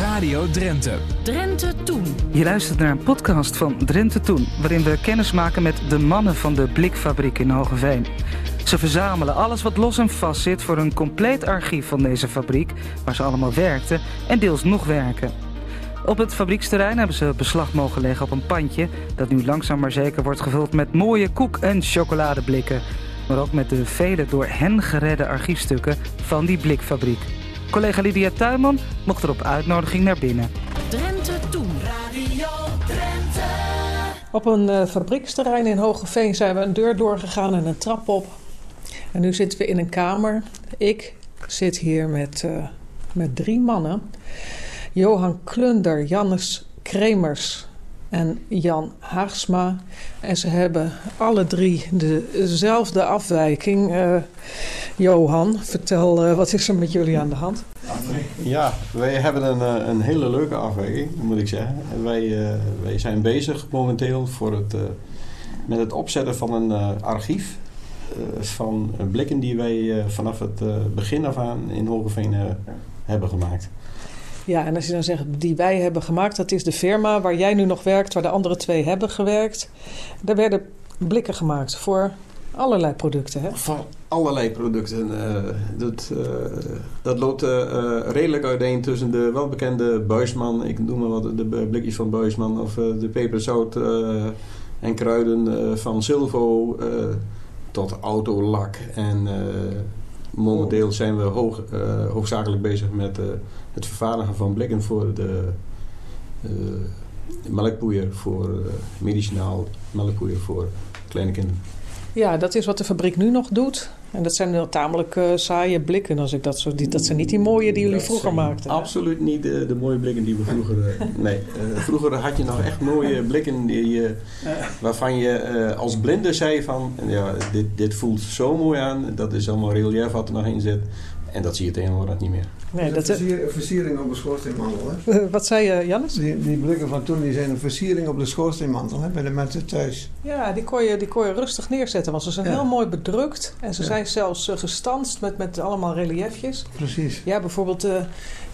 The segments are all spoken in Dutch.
Radio Drenthe. Drenthe Toen. Je luistert naar een podcast van Drenthe Toen, waarin we kennis maken met de mannen van de blikfabriek in Hogeveen. Ze verzamelen alles wat los en vast zit voor een compleet archief van deze fabriek, waar ze allemaal werkten en deels nog werken. Op het fabrieksterrein hebben ze beslag mogen leggen op een pandje dat nu langzaam maar zeker wordt gevuld met mooie koek- en chocoladeblikken. Maar ook met de vele door hen geredde archiefstukken van die blikfabriek. Collega Lydia Tuinman mocht er op uitnodiging naar binnen. Drenthe Toen. Op een eh, fabrieksterrein in Hogeveen zijn we een deur doorgegaan en een trap op. En nu zitten we in een kamer. Ik zit hier met, eh, met drie mannen. Johan Klunder, Jannes Kremers en Jan Haagsma. En ze hebben alle drie dezelfde afwijking. Eh, Johan, vertel eh, wat is er met jullie aan de hand? Ja, wij hebben een, eh, een hele leuke afweging, moet ik zeggen. En Wij, eh, wij zijn bezig momenteel voor het, eh, met het opzetten van een eh, archief eh, van eh, blikken die wij eh, vanaf het eh, begin af aan in Hogeveen eh, hebben gemaakt. Ja, en als je dan zegt die wij hebben gemaakt, dat is de firma waar jij nu nog werkt, waar de andere twee hebben gewerkt. Daar werden blikken gemaakt voor allerlei producten. Hè? Van allerlei producten. eh, dat, eh, dat loopt eh, eh, redelijk uiteen tussen de welbekende Buisman, ik noem maar wat, de b- blikjes van Buisman, of eh, de peperzout eh, en kruiden eh, van Silvo, eh, tot autolak. En eh, momenteel zijn we hoog, eh, hoofdzakelijk bezig met eh, het vervaardigen van blikken voor de eh, melkpoeier, voor eh, medicinaal melkpoeier voor kleine kinderen. Ja, dat is wat de fabriek nu nog doet. En dat zijn wel tamelijk eh, saaie blikken, als ik dat zo. Die, dat zijn niet die mooie die jullie Dat vroeger zijn maakten. hè? Absoluut niet de, de mooie blikken die we vroeger. eh, nee, eh, vroeger had je nog echt mooie blikken die, je- waarvan je eh, als blinde zei van ja, dit, dit voelt zo mooi aan, dat is allemaal relief wat er nog in zit. En dat zie je tegenwoordig niet meer. Nee, dat dat, eh, is een versier- versiering op de schoorsteenmantel. Hè? wat zei je, Jannes? Die, die blikken van toen die zijn een versiering op de schoorsteenmantel hè, bij de mensen thuis. Ja, die kon, je, die kon je rustig neerzetten, want ze zijn Ja. heel mooi bedrukt. En ze Ja. zijn zelfs eh, gestanst met, met allemaal reliefjes. Precies. Ja, bijvoorbeeld eh,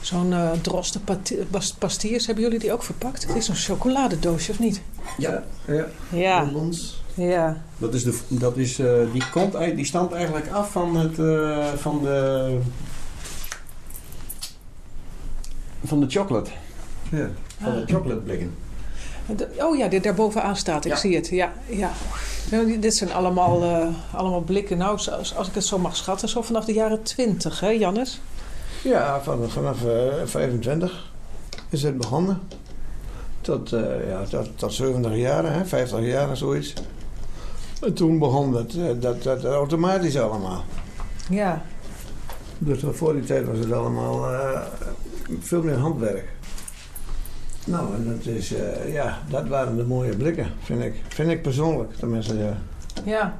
zo'n eh droste pati- bas- pastiers. Hebben jullie die ook verpakt? Het is zo'n chocoladedoosje, of niet? Ja. ja. Ja, bonbons. ja. Dat is de, dat is, eh, die, komt uit, die stamt eigenlijk af van, het, eh, van de. van de chocolate. Ja. Van Ah. de chocolate blikken. De- Oh ja, dit daarbovenaan staat. Ik Ja. zie het. Ja, ja. Nou, die- dit zijn allemaal, eh, allemaal blikken. Nou, zo- als, als ik het zo mag schatten, zo vanaf de jaren twintig, hè, Jannes? Ja, van, vanaf eh, 25 is het begonnen. Tot, eh, ja, tot, tot 70 jaar, hè, 50 jaar zoiets. En toen begon dat, eh, dat, dat automatisch allemaal. Ja. Dus voor die tijd was het allemaal eh, veel meer handwerk. Nou, en dat is, eh, ja, dat waren de mooie blikken, vind ik. Vind ik persoonlijk, tenminste, ja. Ja.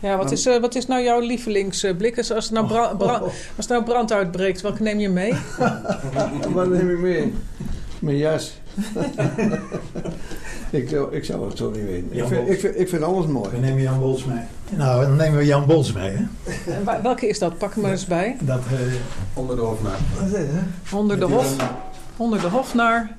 Ja, wat Maar- is, eh, wat is nou jouw lievelingsblik? Als, als, er nou bra- bra- Oh, als er nou brand uitbreekt, welke neem je mee? oh, wat neem je mee? Mijn jas. ik, zou- ik zou het zo niet weten. Ik Jan vind, Bos. ik, vind, ik vind alles We mooi. nemen Jan Bols mee. Nou, dan nemen we Jan Bols mee. Hè? En wa- welke is dat? Pak hem er eens bij. Dat, eh, Onder de hoofdnaam. Wat is dit, hè? Onder de hof. Onder de hofnaar.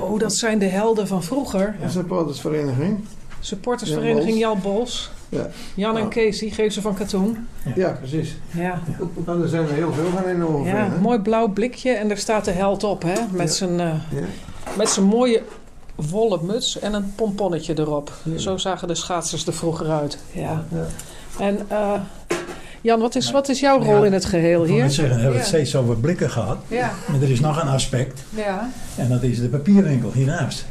Oh, dat zijn de helden van vroeger. Een supportersvereniging. Supportersvereniging Jan Bols. Ja. Jan en Ja. Casey, geef ze van katoen. Ja, precies. Ja, Nou, er zijn er heel veel van in de overheen, ja hè? mooi blauw blikje en daar staat de held op, hè? Met, Ja. zijn, eh, Ja. met zijn mooie wollen muts en een pomponnetje erop. Zo zagen de schaatsers er vroeger uit. Ja. Ja. En eh, Jan, wat is, wat is jouw rol in het geheel ik wil net hier? zeggen, we hebben Ja. het steeds over blikken gehad. Ja, Maar er is nog een aspect. ja. En dat is de papierwinkel hiernaast.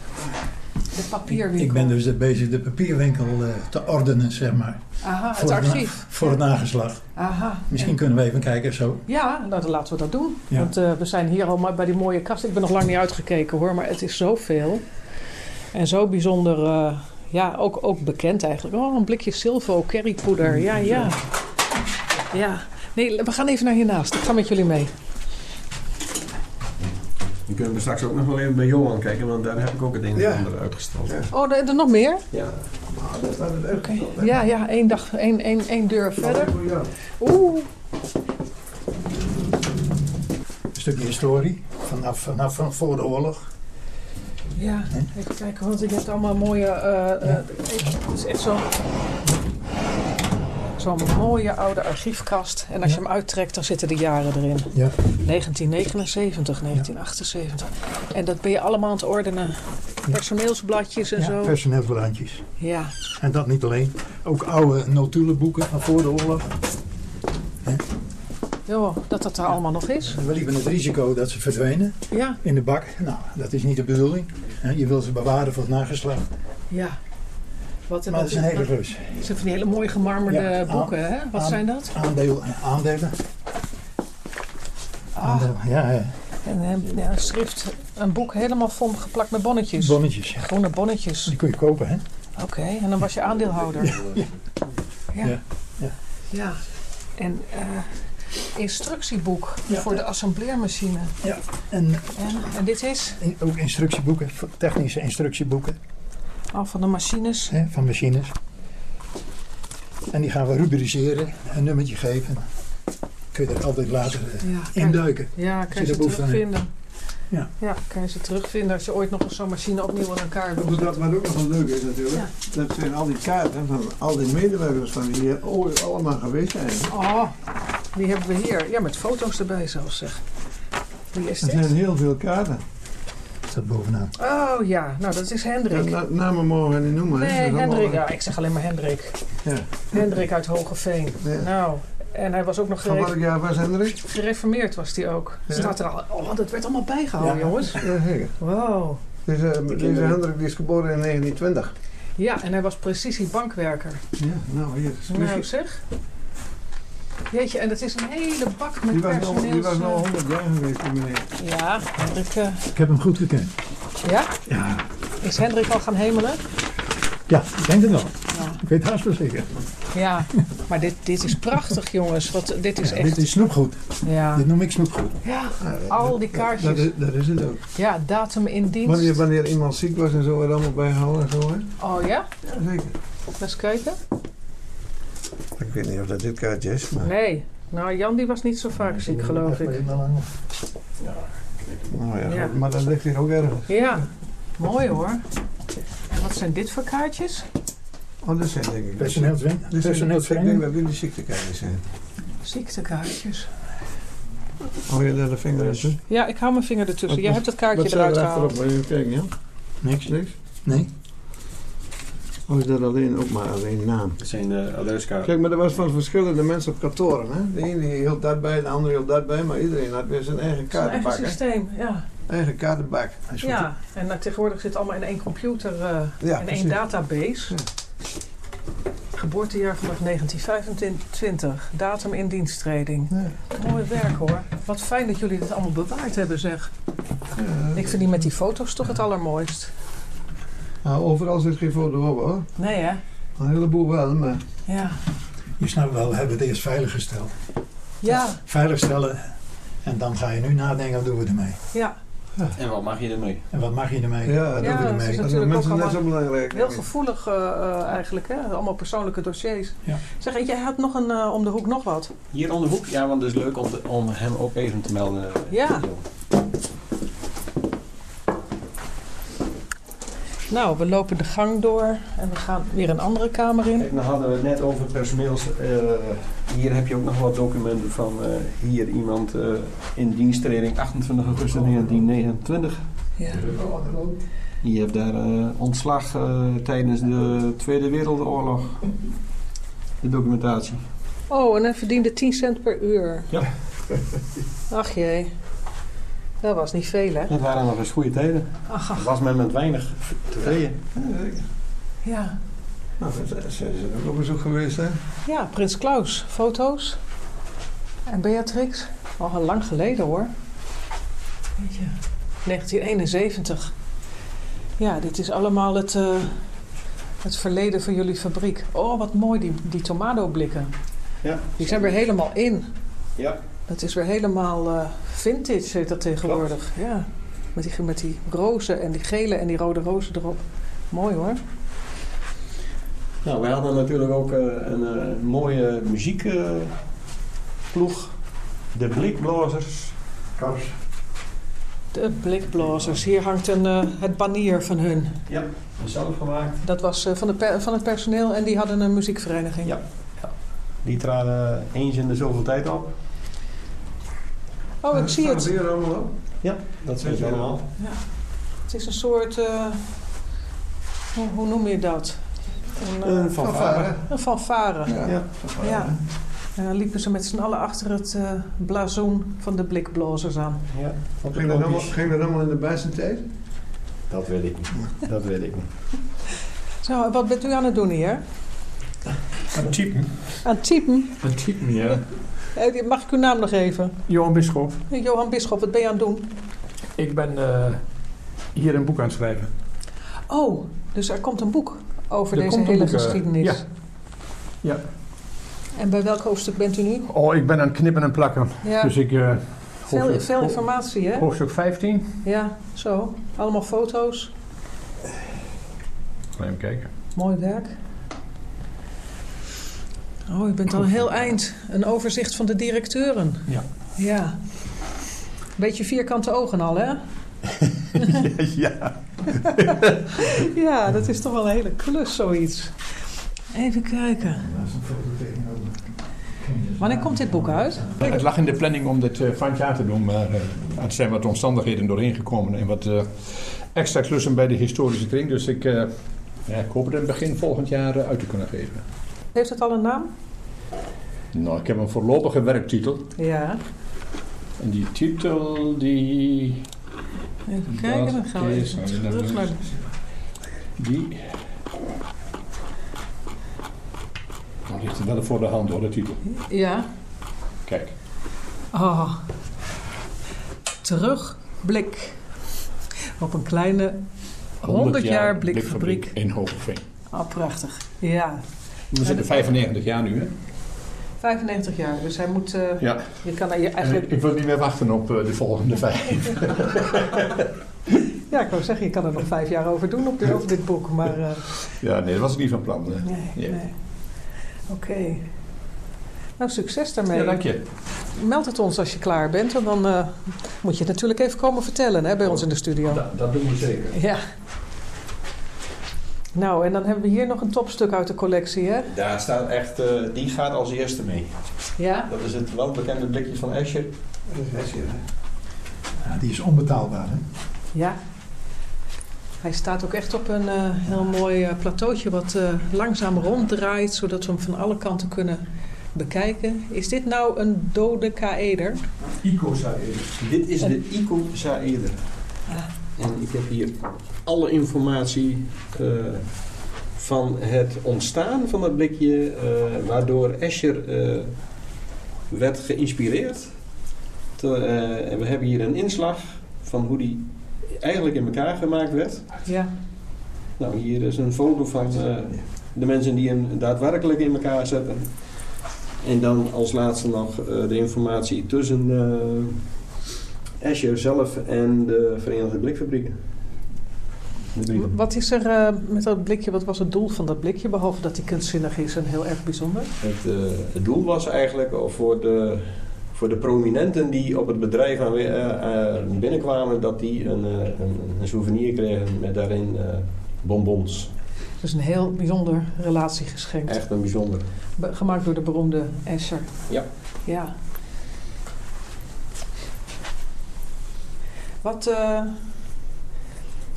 De papierwinkel. Ik ben dus de- bezig de papierwinkel eh, te ordenen, zeg maar. Aha, Ah, het voor het na- archief. Voor het nageslacht. Aha. Misschien kunnen we even kijken of zo. Ja, nou, dan laten we dat doen. Ja. Want eh, we zijn hier al maar bij die mooie kast. Ik ben nog lang niet uitgekeken hoor, maar het is zoveel. En zo bijzonder, eh, ja, ook, ook bekend eigenlijk. Oh, een blikje Silvo, currypoeder. Ja, ja. Ja. Nee, we gaan even naar hiernaast. Ik ga met jullie mee. Dan kunnen we straks ook nog wel even bij Johan kijken, want daar heb ik ook het een en Ja. ander uitgestald. Ja. Oh, er, er nog meer? Ja. Dat staat het echt op, hè? Ja, ja, één dag, één, één, één deur verder. Ja. Oeh. Een stukje historie. vanaf, vanaf van voor de oorlog. Ja, even kijken, want je hebt allemaal mooie. eh, eh, het is echt zo. Zo'n mooie oude archiefkast. En als je Ja. hem uittrekt, dan zitten de jaren erin. Ja. 1979, 1978. En dat ben je allemaal aan het ordenen. Personeelsbladjes en Ja, zo. personeelsbelandjes. Ja. En dat niet alleen. Ook oude notulenboeken van voor de oorlog. Jo, dat dat er allemaal nog is. We liepen het risico dat ze verdwenen Ja, in de bak. Nou, dat is niet de bedoeling. Hè, Je wil ze bewaren voor het nageslacht. ja. Wat Maar het is een hele reus. Het zijn van die hele mooie gemarmerde Ja, aan- boeken, hè? Wat aan- zijn dat? Aandeel, eh, aandelen. Ah, aandelen. Ja, ja, en, eh, ja, een schrift, een boek helemaal volgeplakt met bonnetjes. bonnetjes. ja. Groene bonnetjes. Die kun je kopen, hè? Oké, en dan was je aandeelhouder. Ja. Ja. Ja, ja. Ja. En eh, instructieboek Ja. voor de assembleermachine. En En, en dit is in- ook instructieboeken, technische instructieboeken al van de machines. hè, van machines. En die gaan we rubriceren, een nummertje geven. Kun je er altijd later eh, Ja, in kijk. duiken. Ja, kan Zit je ze er behoefte aan in? terugvinden. Ja. ja, kan je ze terugvinden als je ooit nog eens zo'n machine opnieuw aan elkaar doet. Wat wat ook nog wel leuk is natuurlijk, Ja. dat zijn al die kaarten van al die medewerkers van die hier ooit allemaal geweest zijn. Oh, die hebben we hier. Ja, met foto's erbij zelfs zeg. Wie is Er zijn dit? heel veel kaarten. Staat bovenaan. Oh ja, nou dat is Dat Hendrik. na- namen mogen we niet noemen. hè. Nee, Dat is allemaal- Hendrik. Ja, ik zeg alleen maar Hendrik. Ja. Hendrik uit Hogeveen. Ja. Nou, en hij was ook nog Van geref- welk jaar was Hendrik? gereformeerd was hij ook. Ja. Staat er al. Oh, dat werd allemaal bijgehouden, Ja. jongens. Jazeker. Wow. Deze, deze Hendrik die is geboren in 1920. Ja, en hij was precisiebankwerker. Ja, nou hier. is Nou misschien- zeg. Jeetje, en dat is een hele bak met Die was, nog, personeels... die was nog eh, 100 jaar geweest, die meneer. Ja, Hendrik... eh, Ik heb hem goed gekend. ja? Ja, Is Hendrik al gaan hemelen? ja ik denk het wel. Ja. Ik weet het haast wel zeker. Ja, maar dit, dit is prachtig, jongens. Wat, dit is Ja, echt... dit is snoepgoed. Ja. Dit noem ik snoepgoed. ja, al die Dat kaartjes. is, dat is het ook. Ja, datum in Wanneer, dienst. wanneer iemand ziek was en zo, werd allemaal bijgehouden en zo. Hè? Oh ja? Ja, zeker. Laat eens kijken. Ik weet niet of dat dit kaartje is, maar... Nee. Nou, Jan die was niet zo vaak ziek, geloof ik. Nou ja, Ja. goed, maar dat ligt hier ook ergens. Ja, mooi hoor. En wat zijn dit voor kaartjes? Oh, dat zijn denk ik... Dit zijn- Ik denk Personeelsvereniging. dat dit de ziektekaartjes zijn. Ziektekaartjes. Hou je daar de vinger in? zo? Ja, ik hou mijn vinger ertussen. Jij hebt dat kaartje Wat staat eruit er gehaald. achterop? Moet je even kijken, ja? Niks. Niks? Nee. Of is dat alleen ook maar alleen naam? Dat zijn eh adreskaarten. Kijk, maar er was van verschillende mensen op kantoren. Hè? De ene die hield dat bij, de andere hield dat bij, maar iedereen had weer zijn eigen Zijn eigen kaartenbak. hè. systeem, ja. Eigen kaartenbak. Hij is goed. Ja, en nou, tegenwoordig zit het allemaal in één computer, eh, Ja, in één precies. database. Ja. Geboortejaar vanaf 1925, datum in diensttreding. Ja. Mooi werk hoor. Wat fijn dat jullie dit allemaal bewaard hebben zeg. Ja. Ik vind die met die foto's toch het allermooist. Nou, overal zit geen foto op hoor. Nee hè? Een heleboel wel, maar Ja. Je snapt wel, we hebben het eerst veilig gesteld. Ja, Veilig stellen. En dan ga je nu nadenken, wat doen we ermee? ja. En wat mag je ermee? En wat mag je ermee? Ja, wat doen we ja, dat is ermee? dat is natuurlijk ook mensen net allemaal zo belangrijk. Heel denk ik. gevoelig eh, eh, eigenlijk, hè? Allemaal persoonlijke dossiers. Ja. Zeg, en jij had nog een eh, om de hoek nog wat. Hier om de hoek? Ja, want het is leuk om, te- om hem ook even te melden. eh, Ja. Nou, we lopen de gang door en we gaan weer een andere kamer in. Kijk, dan hadden we het net over personeels. eh, hier heb je ook nog wat documenten van eh, hier iemand eh, in dienstreding 28 augustus 1929. Ja. Je hebt daar eh, ontslag eh, tijdens de Tweede Wereldoorlog. De documentatie. Oh, en hij verdiende 10 cent per uur. Ja. Ach jee. Dat was niet veel, hè? Dat waren nog eens goede tijden. Ach, Er ach, was men met weinig tevreden. ja. Nou, ze ze- ze zijn ook eens ook geweest, hè? Ja, Prins Klaus, foto's. En Beatrix. Al heel lang geleden hoor. Weet je, 1971. Ja, dit is allemaal het, eh, het verleden van jullie fabriek. Oh, wat mooi, die, die tomadoblikken. Ja. Die zijn weer helemaal in. Ja. Dat is weer helemaal eh, vintage, heet dat tegenwoordig. Ja. Met die, met die rozen en die gele en die rode rozen erop. Mooi hoor. Nou, wij hadden natuurlijk ook eh, een eh, mooie muziekploeg. de Blikblazers. Kars. De blikblazers. Hier hangt een, eh, het banier van hun. Ja, zelf gemaakt. Dat was eh, van, de pe- van het personeel en die hadden een muziekvereniging. Ja. Die traden eens in de zoveel tijd op. Oh, ik zie het. weer allemaal op? Ja, dat zijn ze allemaal. Het is een soort, eh, hoe, hoe noem je dat? Een, eh, Een fanfare. een fanfare. Ja. Ja. Ja. En dan liepen ze met z'n allen achter het eh, blazoen van de blikblazers aan. Ja, op de Ging dat allemaal, knopjes. ging dat allemaal in de bijzentijd? Dat weet ik niet. Dat weet ik niet. Zo, wat bent u aan het doen hier? Een typen. Aan het typen? Een typen, ja. Eh, Mag ik uw naam nog even? Johan Bisschop. Johan Bisschop, wat ben je aan het doen? Ik ben eh, hier een boek aan het schrijven. Oh, dus er komt een boek over Er deze komt een hele boek, eh, geschiedenis. ja. Ja. En bij welk hoofdstuk bent u nu? Oh, ik ben aan het knippen en plakken. Ja, Dus ik... eh, veel, hoofdstuk- veel informatie, hè? Hoofdstuk 15. Ja, zo. Allemaal foto's. Even kijken. Mooi werk. Oh, u bent al een heel eind. Een overzicht van de directeuren. Ja. Ja. Beetje vierkante ogen al, hè? ja. Ja, dat is toch wel een hele klus, zoiets. Even kijken. Wanneer komt dit boek uit? Het lag in de planning om dit eh, van jaar te doen, maar eh, er zijn wat omstandigheden doorheen gekomen en wat eh, extra klussen bij de historische kring. Dus ik, eh, ja, ik hoop het in het begin volgend jaar eh, uit te kunnen geven. Heeft het al een naam? Nou, ik heb een voorlopige werktitel. Ja. En die titel, die... Even kijken, dan gaan we even terug naar... de- Die... Nou ligt het wel voor de hand hoor, de titel. Ja. Kijk. Oh. Terugblik. Op een kleine 100 jaar blikfabriek. In Hogeveen. Oh, prachtig. Ja. We zitten 95 jaar nu, hè? 95 jaar, dus hij moet... eh, Ja. Je kan hier En eigenlijk... ik, ik wil niet meer wachten op eh, de volgende vijf. Ja, ik wou zeggen, je kan er nog vijf jaar over doen op dit, over dit boek, maar... eh, Ja, nee, dat was ik niet van plan. hè. Nee, Ja. nee. Oké. Nou, succes daarmee. Ja, dank je. Meld het ons als je klaar bent. En dan eh, moet je het natuurlijk even komen vertellen hè, bij ons in de studio. Dat, dat doen we zeker. Ja. Nou, en dan hebben we hier nog een topstuk uit de collectie, hè? Daar staat echt, eh, die gaat als eerste mee. Ja. Dat is het welbekende blikje van Escher. Dat is best hier, hè. Ja, die is onbetaalbaar, hè? Ja. Hij staat ook echt op een eh, heel mooi eh, plateautje wat eh, langzaam ronddraait, zodat we hem van alle kanten kunnen bekijken. Is dit nou een dode kaeder? Icosaeder. Dit is de Icosaeder. En ik heb hier alle informatie eh, van het ontstaan van dat blikje, eh, waardoor Escher eh, werd geïnspireerd. Te- eh, en we hebben hier een inslag van hoe die eigenlijk in elkaar gemaakt werd. Ja. Nou, hier is een foto van eh, de mensen die hem daadwerkelijk in elkaar zetten. En dan als laatste nog eh, de informatie tussen eh Escher zelf en de Verenigde Blikfabrieken. De drie. Wat is er eh, met dat blikje? Wat was het doel van dat blikje? Behalve dat hij kunstzinnig is en heel erg bijzonder. Het, eh, het doel was eigenlijk voor de, voor de prominenten die op het bedrijf aan, eh, eh, binnenkwamen, dat die een, eh, een, een souvenir kregen met daarin eh, bonbons. Dus een heel bijzonder relatiegeschenk. Echt een bijzonder. Be- Gemaakt door de beroemde Escher. Ja. Ja. Wat eh,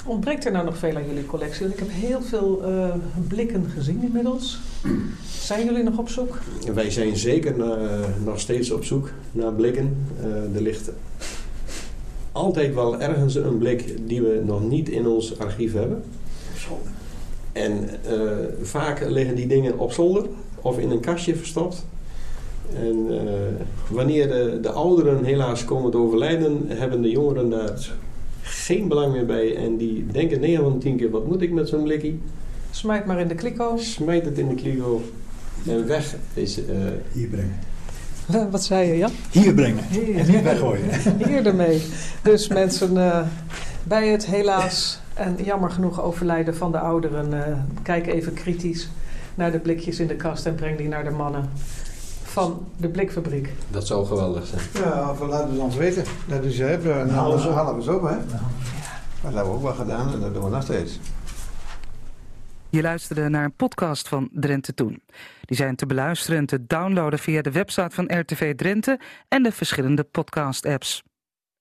ontbreekt er nou nog veel aan jullie collectie? Want ik heb heel veel eh, blikken gezien inmiddels. Zijn jullie nog op zoek? Wij zijn zeker eh, nog steeds op zoek naar blikken. Eh, er ligt altijd wel ergens een blik die we nog niet in ons archief hebben. En eh, vaak liggen die dingen op zolder of in een kastje verstopt. En eh, wanneer de, de ouderen helaas komen te overlijden, hebben de jongeren daar geen belang meer bij. En die denken 9 van de 10 keer, wat moet ik met zo'n blikkie? Smijt maar in de kliko. Smijt het in de kliko en weg is... eh, Hier brengen. Wat zei je, Jan? Hier brengen. En niet weggooien. hier ermee. Dus mensen, eh, bij het helaas en jammer genoeg overlijden van de ouderen, eh, kijk even kritisch naar de blikjes in de kast en breng die naar de mannen van de blikfabriek. Dat zou geweldig zijn. Ja, of laten we het ons weten. Dat is, hè, we halen ze halen we zo, hè? Dat hebben we ook wel gedaan en dat doen we nog steeds. Je luisterde naar een podcast van Drenthe Toen. Die zijn te beluisteren en te downloaden via de website van RTV Drenthe en de verschillende podcast-apps.